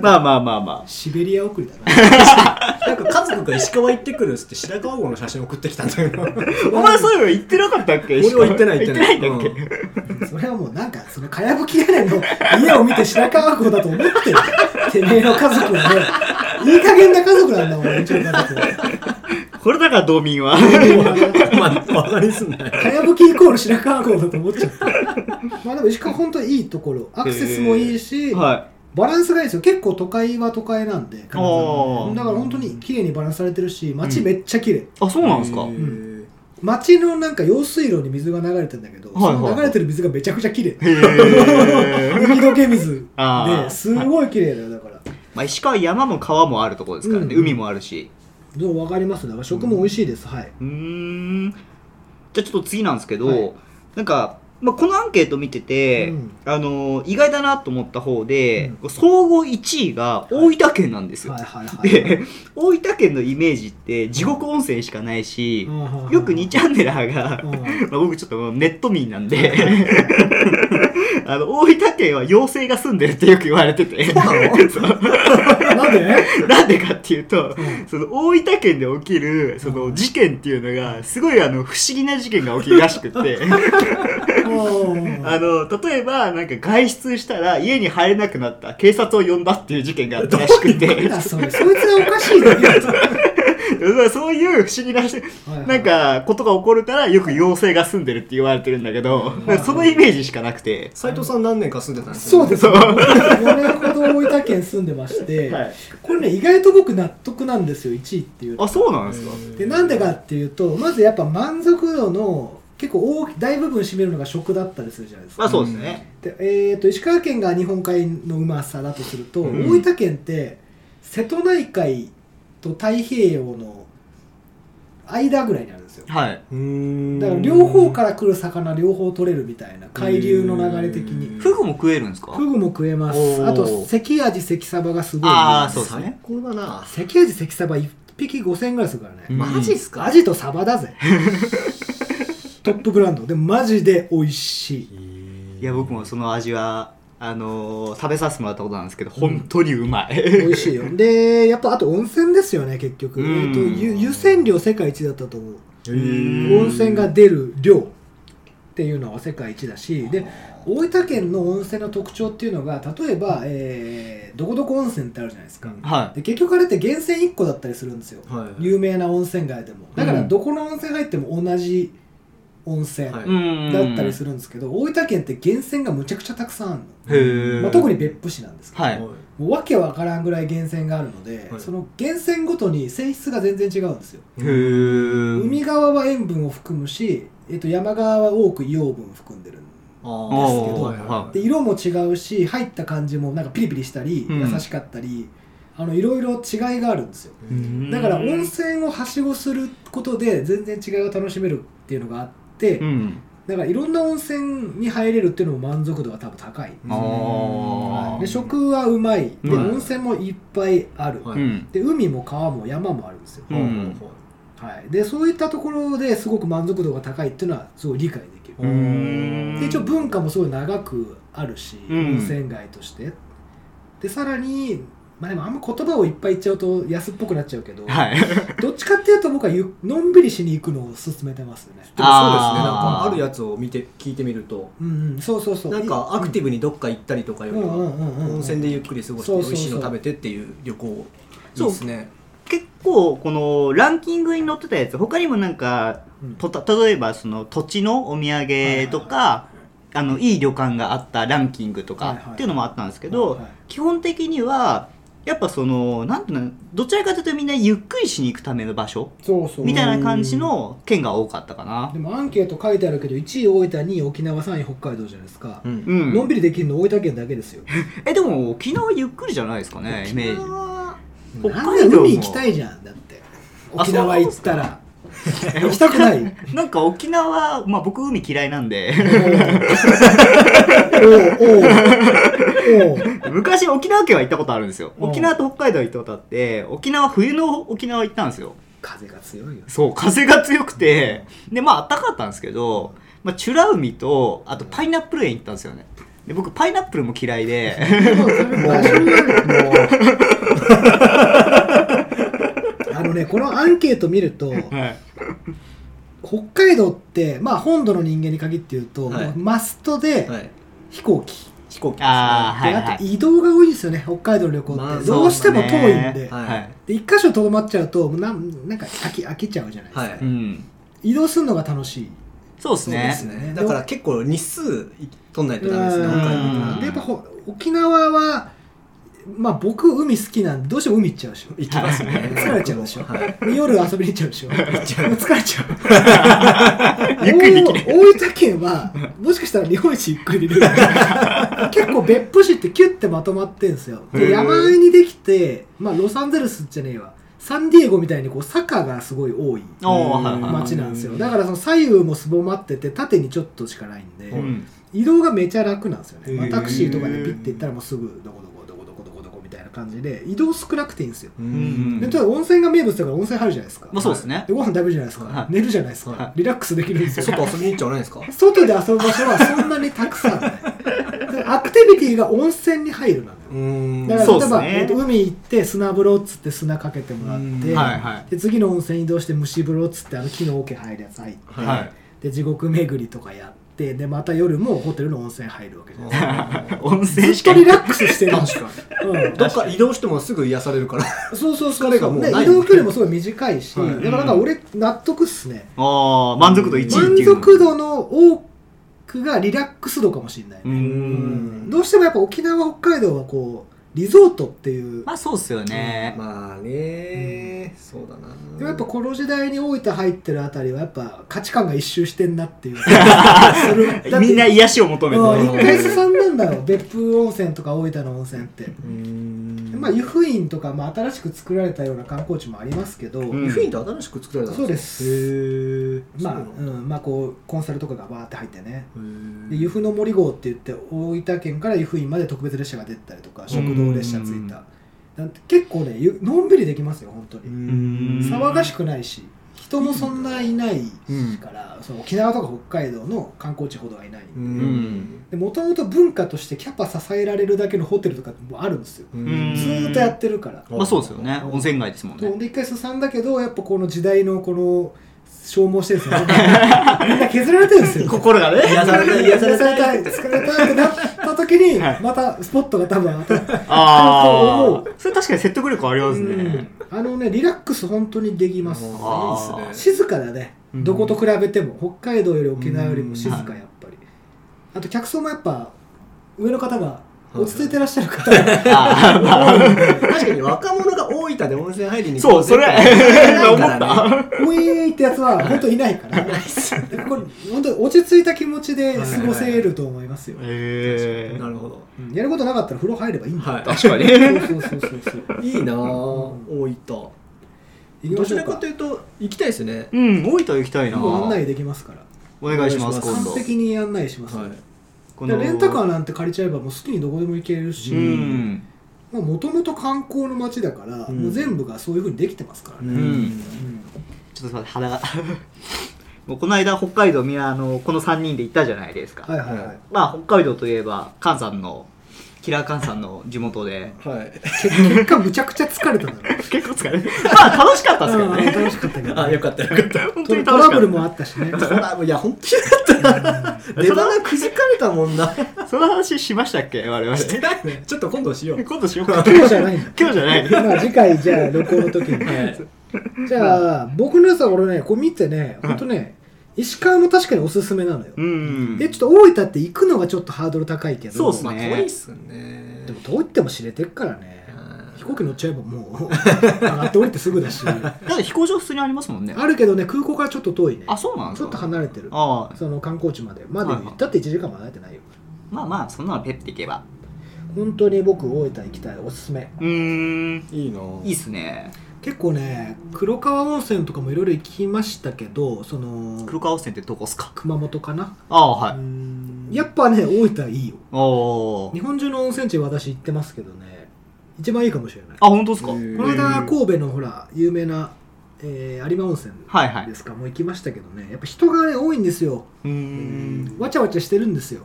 まあまあまあまあ
シベリア送りだな
[laughs]
[laughs] なんか家族が石川行ってくるっつって白川郷の写真送ってきたん
[laughs]
だけど
お前そういうの言ってなかったっけ
俺は行ってない行ってない
行ってないんだっけ、
それはもうなんかそのかやぶき屋根の家を見て白川郷だと思ってるて
[laughs]
めえの家族はねいい加減な家族なんだもんうちの家族は
子これだから道民は
まあ、バカにすんなよ。
かやぶきイコール白川郷だと思っちゃった。まあでも石川本当にいいところ。アクセスもいいし、
は
バランスがいいですよ。結構都会は都会なんで、金沢
あー
だから本当に綺麗にバランスされてるし、街めっちゃ綺麗。
いあそうなんですか
へー
街のなんか用水路に水が流れてんだけど、
はいはい
その流れてる水がめちゃくちゃ綺麗。
へえ
雪解け水
[laughs] あー
ですごい綺麗だよだから。
まあ石川山も川もあるところですからね、
うん
海もあるし
どうわかりますだから食も美味しいです。はい。
うーんじゃあちょっと次なんですけど、
はい
なんか、まあ、このアンケート見てて、
うん
あのー意外だなと思った方で、
う
総合1位が大分県なんですよ、
はいはいはいはい
[laughs] で大分県のイメージって地獄温泉しかないし
う、んうんうん。
よく2チャンネラーが、
うん。
まあ、僕ちょっとネット民なんで [laughs] あの大分県は妖精が住んでるってよく言われててそうなの
なんで
なんでかっていうと、
うん
その大分県で起きるその事件っていうのがすごいあの不思議な事件が起きるらしく [laughs]
う
て
ん
あの例えばなんか外出したら家に入れなくなった警察を呼んだっていう事件があったらしく
なん
て [laughs]
だそれそいつがおかしいだけ
そういう不思議なし
はい
なんかことが起こるからよく妖精が住んでるって言われてるんだけど、
はい
そのイメージしかなくて。
斉藤さん何年か住んでたんです。
そうですす4年ほど大分県住んでまして、
はい
これね意外と僕納得なんですよ1位っていうの
あそうなんですか、
でなんでかっていうとまずやっぱ満足度の結構大き大部分占めるのが食だったりするじゃないです
まあ
か
そうですね、
で、えー、と石川県が日本海のうまさだとすると、
うん
大分県って瀬戸内海と太平洋の間ぐらいにあるんですよ
はい
うん
だから両方から来る魚両方取れるみたいな海流の流れ的に
フグも食えるんですか
フグも食えま
お
す
ー
あと関アジ関サバがすごい
ああそうです
最
ね
高だな。
関アジ関サバ1匹5000円ぐらいするからね、
んマジっす
アジとサバだ
[laughs]
ぜトップブランドでもマジで美味しい
いや僕もその味はあのー食べさせてもらったことなんですけど本当にうまい、
美味しいよでやっぱあと温泉ですよね結局、
うん
えーとゆ湯煎量世界一だったと思う
へ
うん
ー
温泉が出る量っていうのは世界一だしで大分県の温泉の特徴っていうのが例えば、えーどこどこ温泉ってあるじゃないですか、
[laughs] は
で結局あれって源泉1個だったりするんですよ、
はい
有名な温泉街でもだからどこの温泉入っても同じ温泉だ
は
っ
い
い
たりす
る
るんですけど、大分県って源泉がむちゃくちゃたくさんあるの、
へえ、
まあ、特に別府市なんですけど、
は
はい
い
もう訳わからんぐらい源泉があるので、
はい
その源泉ごとに性質が全然違うんですよ
へー
海側は塩分を含むし、えっと、山側は多く硫黄分を含んでる
あ
あ
ー
ー
ですけど
はいはい
で色も違うし入った感じもなんかピリピリしたり、
うん
優しかったりあのいろいろ違いがあるんですよ
うん
だから温泉をはしごすることで全然違いを楽しめるっていうのがあって、
うん
だからいろんな温泉に入れるっていうのも満足度が多分高い、
うん
ああ、
で食はうまいで、
うん
温泉もいっぱいある、
は
うん
で海も川も山もあるんですよ、
うん
はいはいはい
はい、でそういったところですごく満足度が高いっていうのはすごい理解できる、
うーん
で一応文化もすごい長くあるし、
うん
温泉街としてでさらにまあでもあんま言葉をいっぱい言っちゃうと安っぽくなっちゃうけど、
はい
どっちかっていうと僕はゆのんびりしに行くのを勧めてますよね
でもそうですねなん
あ
か
ー
あるやつを見て聞いてみると
うんうんそうそうそう
なんかアクティブにどっか行ったりとかよりは
うんうんうんうんうん
温泉でゆっくり過ごして
そ
美
うそうそう
味しいの食べてっていう旅行いい
そう
ですね
[laughs] 結構このランキングに載ってたやつ他にもなんか
うん
とた例えばその土地のお土産とかあのいい旅館があったランキングと
はいは
か
い
っていうのもあったんですけ
は
ど
いはい
基本的にはやっぱそのなんていうのどちらかというとみんなゆっくりしに行くための場所
そうそう
みたいな感じの県が多かったかな
でもアンケート書いてあるけど1位大分2位沖縄3位北海道じゃないですか、
ん
うん
のんびりできるの大分県だけですよ
えでも沖縄ゆっくりじゃないですかねイメージ北
なん
海
で
道も
海行きたいじゃんだって
あ
沖縄行ったら [laughs] 行きたく
[laughs]
ない
なんか沖縄まあ僕海嫌いなんで [laughs]
おうおうおう
昔沖縄県は行ったことあるんですよ
うん
沖縄と北海道行ったことあって沖縄冬の沖縄行ったんですよ
風が強いよ
そう風が強くてでまあ暖かかったんですけど、まあ、チュラ海とあとパイナップル園行ったんですよねで僕パイナップルも嫌いで
あのねこのアンケート見ると
はい
北海道ってまあ本土の人間に限って言うと、
はい
マストで
はい
飛行機、
飛
飛行機ですね
あーはい
であと移動が多いですよね北海道の旅行って、
まあそう
どうしても遠いん
そう
で
だねはい、
で一箇所とどまっちゃうとなんなんか飽き飽きちゃうじゃないですか、
はいう
ん
移動するのが楽しい
そうです
そう
ね
ですねだから結構日数取んないとダメですね
うん
北海
う
道
ん
でやっぱほ沖縄はまあ僕海好きなんでどうしても海行っちゃうでしょ
行きますね
[laughs] 疲れちゃうでしょ
はい
で夜遊びに行っちゃうでしょ
行っちゃう
疲れちゃう
[laughs] ゆっくりできる
大大分県はもしかしたら日本一ゆっく
[laughs]
りできる結構別府市ってキュッてまとまってんですよ
へー
で山あいにできてまあロサンゼルスじゃねえわサンディエゴみたいにこう坂がすごい多い
おーはいはいはい
街なんですよだからその左右もすぼまってて縦にちょっとしかないんで、
うん
移動がめちゃ楽なんですよね、まあ
へー
タクシーとかでピッて行ったらもうすぐどこどこどこどこどこどこみたいな感じで移動少なくていいんですよ、
ん
でとりあえず温泉が名物だから温泉入るじゃないですか、
まあそうですね
でご飯食べるじゃないですか、
はい
寝るじゃないですか、
は
リラックスできるんですよ
外遊びに行っちゃわないですか
外で遊ぶ場所はそんなにたくさんない
[laughs]
でアクティビティが温泉に入るなのよ
うん
だから
そ
例
うで
え
す
ば、
ね
えっと海行って砂風呂っつって砂かけてもらっ
うん
て、
はいは
で次の温泉移動して蒸し風呂っつってあの木の桶入るやつ入って、
い
は
はい
い
で地獄巡りとかやってでまた夜もホテルの温泉入るわけじゃないですか
温
ず
泉
っ
しか
とリラックスしてるんですよ。うん
どっか移動してもすぐ癒されるから
そうそうそう。
疲れがもうない
ね移動距離もすごい短いし、
はい
だからなんか俺納得っすね。
ああ満足度1位って
満
いう
足度の多くがリラックス度かもしれない。
うーん
どうしてもやっぱ沖縄北海道はこうリゾートっていう。
まあそうっすよね、
まあねそうだな
でもやっぱこの時代に大分入ってるあたりはやっぱ価値観が一周してんなっていうするだって
みんな癒しを求めて
うん一
る
回すさんなんだろう別府温泉とか大分の温泉って、
うん
まあ湯布院とか、まあ、新しく作られたような観光地もありますけど、
ん
フィンって新しく作られたんか
そう
へえ
まあ、うん、まあこうコンサルとかがバーって入ってねで
湯
由布の森号って言って大分県から由布院まで特別列車が出てたりとか食堂列車着いたなんて結構ねゆのんびりできますよ本当に
ん
騒がしくないし人もそんないないから、その沖縄とか北海道の観光地ほどはいないん
ん
でもともと文化としてキャパ支えられるだけのホテルとかもあるんですよ
うん
ずーっとやってるから
まあそうですよね温泉街ですもん
そう
ね
で一回すさんだけどやっぱこの時代のこの消耗してるんですよ [laughs] みんな削られてるんですよ
心がね
癒されたい
癒
癒
さ
さ
れ
れたい
たい疲れたいってなった時に、
はい
またスポットが多分当たるそう
あ
思
あ [laughs] それ確かに説得力ありますね
あのねリラックス本当にできます
あーいいっす
静かだね、
うん
どこと比べても北海道より沖縄よりも静かやっぱり、あと客層もやっぱ上の方が落ち着いてらっしゃる方が、
あーまあ
確かに若者が大分で温泉入り
[laughs]
に
そうそれ
今
思った
ウィーってやつは本当いないからこれ本当に落ち着いた気持ちで過ごせると思いますよ、
へえ
なるほど
うんやることなかったら風呂入ればいいんだ、
は
確かに
そうそうそうそう
いいいなあ大分
行き
ど
ましょ
ち
う
らか
か
というと行きたいですね
うん大分行きたいな
もう案
お
内できますから
願いします
お願いします
今度
完璧に案内します、
はい
こ
で
の
レンタカーなんて借りちゃえばもう好きにどこでも行けるし
う、ん
もともと観光の街だから、
うん
もう全部がそういうふうにできてますからね、
ん
うん
ちょっとすいません肌が [laughs] もうこの間北海道みんなあのこの3人で行ったじゃないですか
はいはいはい
まあ、北海道といえば、菅さんの、キラー菅さんの地元で、
はい
結果むちゃくちゃ疲
[laughs]
れたんだろう
結構疲れて、まあ、楽しかったですけど
うん
ね。
楽しかったけど
あよかったよかった
本
ト
当
ラ
に
ト
楽し
ラ
か
ブル
っ
もあったしね
ほらいや本当にだった出花くじかれたもんな
た。その話しましたっけ我々。
ちょっと今度しよう
今度しようかな。
今日じゃないんだ
今日じゃな
[laughs]
い。
まあ次回じゃ
[laughs]
あ旅行の時
は
に
い
じゃあ僕のやつは俺ねこう見てねほんとね石川も確かにおすすめなのよ、
うん。
でちょっと大分って行くのがちょっとハードル高いけど
そうっすね
まあ遠いっすね
でも遠いっても知れてるからね
うん
飛行機乗っちゃえばもう [laughs] 上がって降りてすぐだしあ
だって飛行場普通にありますもんね。
るけどね空港からちょっと遠いね
あ、そうなんで
ち
す
ょっと
か
離れてる
ああ、
その観光地までまで
はいはい
行ったって1時間も離れてないよ
まあまあ、そんなのペッていけば。
本当に僕大分行きたいおすすめ
うーん。
いいない
いっすね。
結構ね黒川温泉とかもいろいろ行きましたけどその
黒川温泉ってどこっすか
熊本かな
ああ、はい。
やっぱね大分いいよ
お
日
ー。
本中の温泉地私行ってますけどね一番いいかもしれない
あ、本当ですか
へ
こ
ー
この間神戸のほら有名な、えー有馬温泉
はいはい
で。すか、もう行きましたけどねやっぱ人がね多いんですよ
うーん。
わちゃわちゃしてるんですよ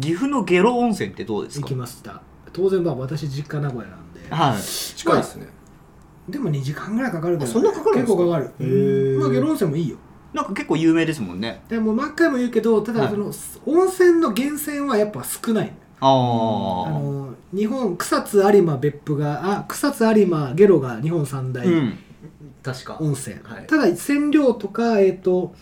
岐阜の下呂温泉ってどうです
行
か
きました当然まあ私実家名古屋なんで
はい。
近いっすね
でも2時間ぐらいかかるけど
あそんなかかるんですか
結構かか
へ
る
ー
まあ下呂温泉もいいよ
なんか結構有名ですもんね。
でもう何回も言うけどただ
はい
その、温泉の源泉はやっぱ少ないのよあ
あ
の日本草津有馬別府があ草津有馬ゲロが日本三
あ
大
うん
確か
温泉、
はい
ただ占領とか、えー、と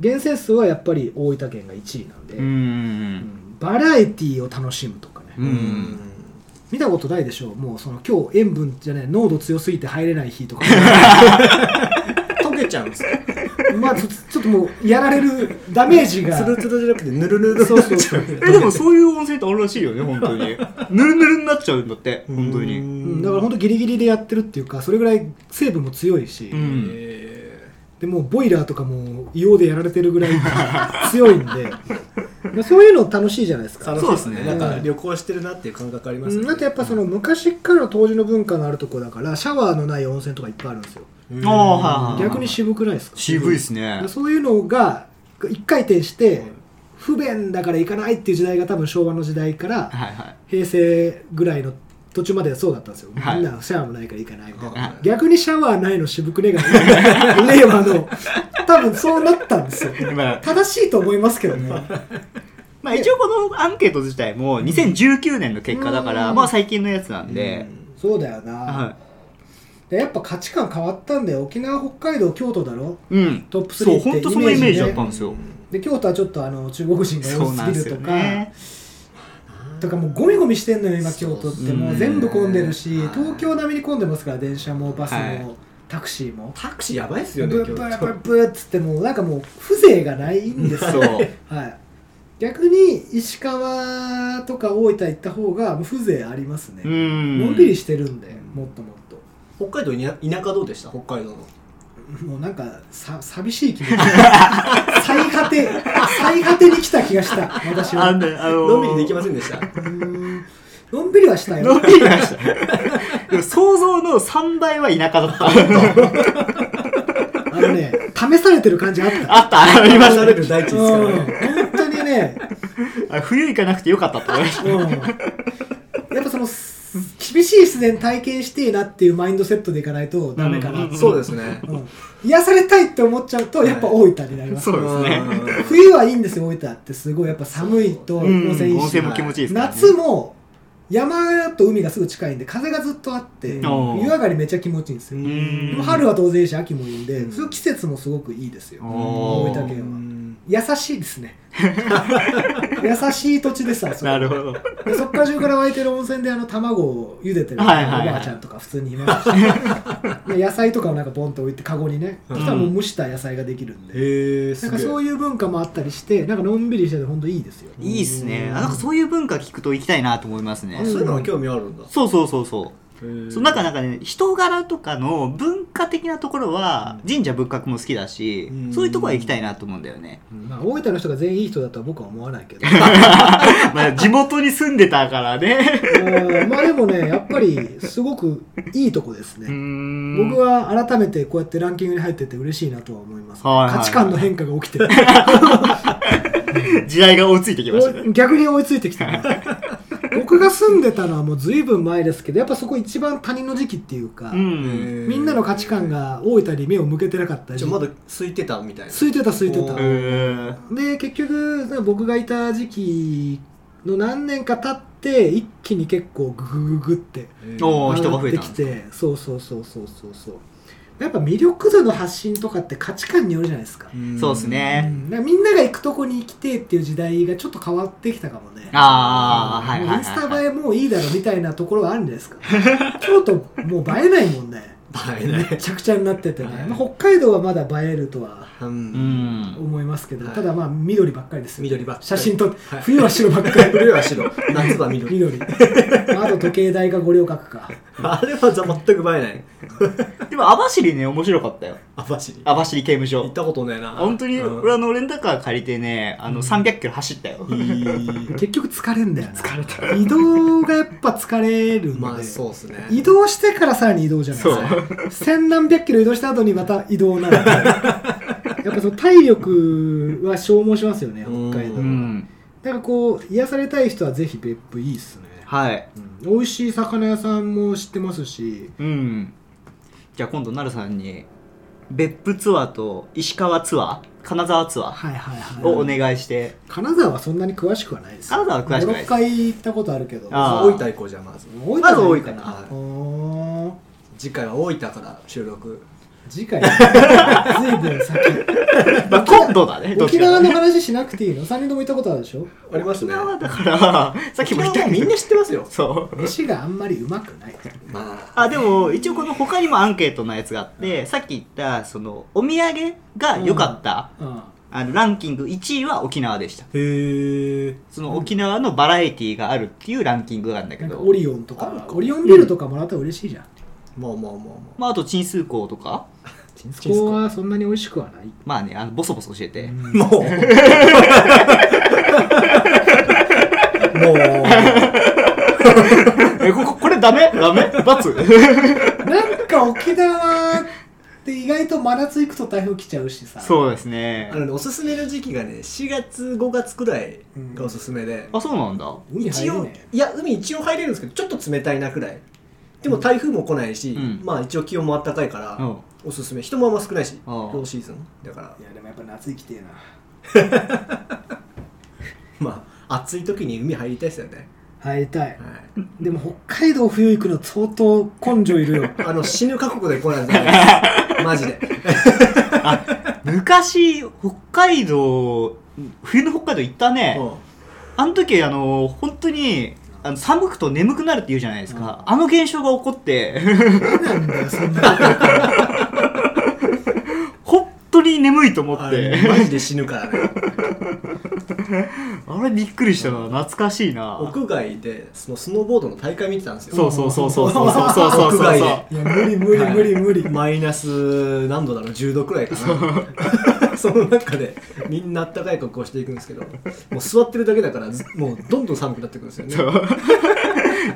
源泉数はやっぱり大分県が1位なんで、
う
うんんバラエティーを楽しむとかね、
うんうん
見たことないでしょうもうその今日塩分じゃない濃度強すぎて入れない日
[laughs]
とか
溶けちゃうんですよ
まあちょちょっともうやられるダメージが
つるつるじゃなくてぬるぬる
そうそうそう、
えでもそういう温泉ってあるらしいよね本当にぬるぬるになっちゃうんだって本当に
うんだから本当ギリギリでやってるっていうかそれぐらい成分も強いし、
うん
でもうボイラーとかも硫黄でやられてるぐ
[laughs]
らい強いんでまあそういうの楽しいじゃないですか。
そうですね
う
なんんか旅行してるなっていう感覚あります
うんあとやっぱその昔からの当時の文化のあるとこだからシャワーのない温泉とかいっぱいあるんですよ
うん
ああはいはい
逆に渋くないですか
渋いっすね
そういうのが一回転して
はい
不便だから行かないっていう時代が多分昭和の時代から
はいはい
平成ぐらいの途中まではそうだったんですよ、
はい
みんなシャワーもないから行かないみたいな、
は
逆にシャワーないの渋くねが
[laughs]
令和の [laughs] 多分そうなったんですよ
まあ
正しいと思いますけどね
まあ一応このアンケート自体も2019年の結果だから、
うん
まあ最近のやつなん
で
で、
そうだよな、
は
でやっぱ価値観変わったんだよ沖縄北海道京都だろ
い。うん。
トップ3
そう、
って
本当そのイメージだった
ね
んですよ。
で京都はちょっとあの中国人が
そ
多
う
す
なんで
ぎ
す
る
よ
とか、
ね。
とかもうゴミゴミしてんのよ今京都ってもう全部混んでるし
そうっすね
東京並みに混んでますから電車もバスも、
はい
タクシーも
タクシーやばいっす
ブ
よ
ー
ね
ブ
今
ーブ
日
ーブーブーっつってもうなんかもう風情がないんですよ、
そう。
はい、逆に石川とか大分行った方がもう風情ありますね、
うん。
のんびりしてるんでもっともっと。
北海道に田舎どうでした北海道の
もうなんかさ寂しい気持
[laughs]
ち最果て最果てに来た気がした私は
あ
う
の、あの
のんびりできませんでした
ーんのんびりはした
の
よ
んびりでした。でも想像の3倍は田舎だった。
あのね試されてる感じあった
あった、ありまし
離れる大地ですから
うん
ね
本当にね、
た。あ冬行かなくてよかったって思いました。
うん、やっぱその厳しい自然体験していいなっていうマインドセットでいかないとダメかな、
うん
そうですね
うん癒されたいって思っちゃうとやっぱ大分になります、
そうですね
うん
冬はいいんですよ大分ってすごいやっぱ寒いと
うん。
温
温
泉いいし
泉も気持ちいいですからね。
夏も山と海がすぐ近いんで風がずっとあって湯
おー
上がりめっちゃ気持ちいいんですよ、
ん
でも春は当然いいし秋もいいんで、
うん
そういう季節もすごくいいですよ、
おー
大分
う
県は
ん
優しいですね [laughs] 優しい土地ですわそこ
なるほど。
でそっから中から湧いてる温泉であの卵を茹でてるおば
はいはいはい
あちゃんとか普通にいますし、
[laughs]
で野菜とかをなんかボンと置いてカゴにね、
うん
そしたらもう蒸した野菜ができるんで、
へえ
な
す
んか
げえ
そういう文化もあったりしてなんかのんびりしてて本当いいですよ
いいっすね。あなんかそういう文化聞くと行きたいなと思いますね
あ。そういうのは興味あるんだ
そうそうそうそう。そ
そ
の中なんかね人柄とかの文化的なところは神社仏閣も好きだし、
うん
そういうところは行きたいなと思うんだよね、
まあ、大分の人が全員いい人だとは僕は思わないけど
[laughs] まあ地元に住んでたからね
うんまあでもねやっぱりすごくいいとこですね、僕
僕
は改めてこうやってランキングに入ってて嬉しいなとは思います、
はいはいはい
価値観の変化が起きてる
時代が追いついてきましたね
お逆に追いついてき
[laughs]
たね僕が住んでたのはもう随分前ですけどやっぱそこ一番他人の時期っていうか、
うん
みんなの価値観が大分に目を向けてなかった時
じゃあ
期
まだ空いてたみたいな
空いてた空いてた
お
うーん
で結局僕がいた時期の何年か経って一気に結構ググググって
へえ
おー人が増え
上
た
がってきてそうそうそうそうそうそうやっぱ魅力度の発信とかって価値観によるじゃないですか,、
ん
そうです
う
ね、
ん、だからみんなが行くとこに行きてえっていう時代がちょっと変わってきたかもね
ああはい
もう
はい
インスタ
は
映
い
えもういいだろみたいなところはあるんじゃないですか [laughs] 京都もう映えないもんね
バレな
め
い
ちゃくちゃになっててね、
はい
まあ、北海道はまだ映えるとは
う
うんん
思いますけど、
はい
ただまあ緑ばっかりですよ
緑ばっかり
写真撮って、
はい
冬は白ばっかり
[laughs] 冬は白夏は緑
緑 [laughs] まああと時計台が五稜郭か
[laughs] あれはざ全く映えない
でも網走ね面白かったよ
網走行
網走刑務
っ
所
たことないな
本当に
うん
俺あのレンタカー借りてねあの300キロ走ったよ、
結局疲れんだよな移動がやっぱ疲れるので、
まあそうですね
移動してからさらに移動じゃないですか千何百キロ移動した後にまた移動なので [laughs] やっぱその体力は消耗しますよね北海道
う
は
うん
だからこう癒されたい人はぜひ別府いいっすね、
はい
美味しい魚屋さんも知ってますし
うん。じゃあ今度、なるさんに別府ツアーと石川ツアー金沢ツアー
はいはいはい
をお願いして、
金沢はそんなに詳しくはないです
金沢は詳しくないです
56回行ったことあるけど
あー
大分行こうじゃあまず
大分
まず大分
かな
はい
おー
次回は大分から収録
次
[laughs]
回ずいぶん先
まあ、今度だねどっ
沖
ちか
縄
だ
の
ね
話しなくていいの3人とも行ったことあるでしょ
あります
沖
ね
縄だからさっきも言ったけど
沖縄はみんな知ってますよ
そう
飯があんまりうまくない
まあ
あでも一応この他にもアンケートのやつがあってさっき言ったそのお土産が良かった、
うん
あのランキング1位は沖縄でした
へえ
その沖縄のバラエティーがあるっていうランキングがあるんだけ
なんか
ど
オリオンと
ある
か
か
オリオンビールとかもらったら嬉しいじゃん
まあまあまあまあ
まああと陳数校とか
そこはそんなに美味しくはない
まあねあのボソボソ教えて、
もうもう
[laughs] えこここれダメダメ [laughs] 罰
なんか沖縄って意外と真夏行くと台風来ちゃうしさ
そうですね
あのねおすすめの時期がね4月5月くらいがおすすめで、
あそうなんだ
海入
一
る
応
ね
いや海一応入れるんですけどちょっと冷たいなくらいでも台風も来ないし、
うん
まあ一応気温も暖かいから、
うん
おすすめ人もあんま少ないし
あ
ロ
ー
ーシーズンだから
いやでもやっぱ夏行きてえな
まあ暑い時に海入りたいですよね、
入りたい
はい、
でも北海道冬行くの相当根性い [laughs] るよ
あの死ぬ覚悟で来ないとダ
[laughs]
メですマジで
昔北海道冬の北海道行ったね、
も
あの時あの本当にあの寒くと眠くなるって言うじゃないですか、あの現象が起こって [laughs]
なんだよそんなこと
本当に眠いと思
う
っ
あ
て
れマジで死ぬからね
あれびっくりしたな懐かしいな
屋外でそのスノーボードの大会見てたんですよ
そうそうそうそうそうそうそうそうそ
屋
うそ
外で
いや無理無理無理無 [laughs] 理
マイナス何度だろう10度くらいかな [laughs] その中でみんなあったかい格好をしていくんですけどもう座ってるだけだからずもうどんどん寒くなってくるんですよね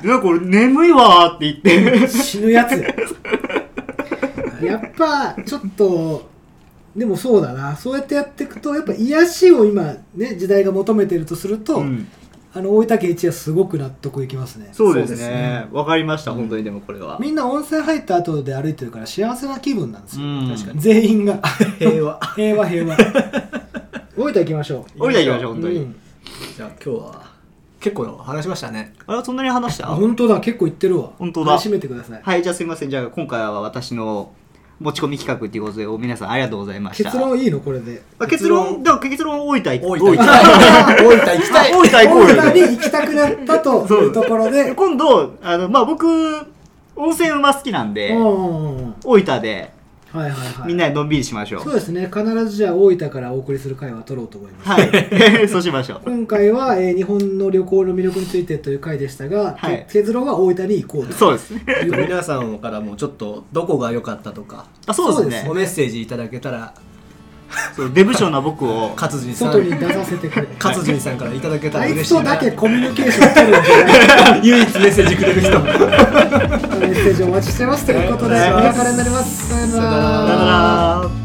うなんか俺眠いわーって言って
死ぬやつやっぱちょっとでもそうだなそうやってやっていくとやっぱ癒しを今ね時代が求めてるとすると、
うん
あの大分県一夜すごく納得いきますね
そうですねわかりました本当にでもこれは
みんな温泉入った後で歩いてるから幸せな気分なんですよ、
うん
確かに全員
[laughs]
が
平和
平和平和大分行きましょう
俺ら行きましょう本当
う
に
ん
じゃあ今日は結構話しましたね
あれそんなに話し
あ
た
本当だ結構行ってるわ
本当だ
締めてください、
はいじゃあすいませんじゃあ今回は私の持ち込み企画っていうことで皆さんありがとうございました
結論いいのこれで
あ結論でも結論大分行
大
こ
分
う
行きたい [laughs] 大分行き [laughs] た
大
い
分行こうよ
大分に行きたくなったというところで
[laughs] で今度あの、まあ、僕温泉馬好きなんで
うんうんうんうん
大分で
はいはいはい
みんなでのんびりしましょ
そう
う
ですね必ずじゃあ大分からお送りする回は取ろうと思います、
はい [laughs] そうしましょう
今回は、えー日本の旅行の魅力についてという回でしたが、
はい
け結論は大分に行こうと
そうです
えっと皆さんからもちょっとどこが良かったとか
あそうです
お
ね
メッセージいただけたら
そうデブ症な僕を
勝人さ
外に
ん
出させて
[laughs]
くれ
勝人さんからいただけた
あ
ら
い
嬉
つ
しい
と
な
だけコミュニケーション取るんじゃない
唯一メッセージくれる人さよ
メッセージお待ちしてますということでお
ありがとうございます
別れになりますさよう
な
さよなら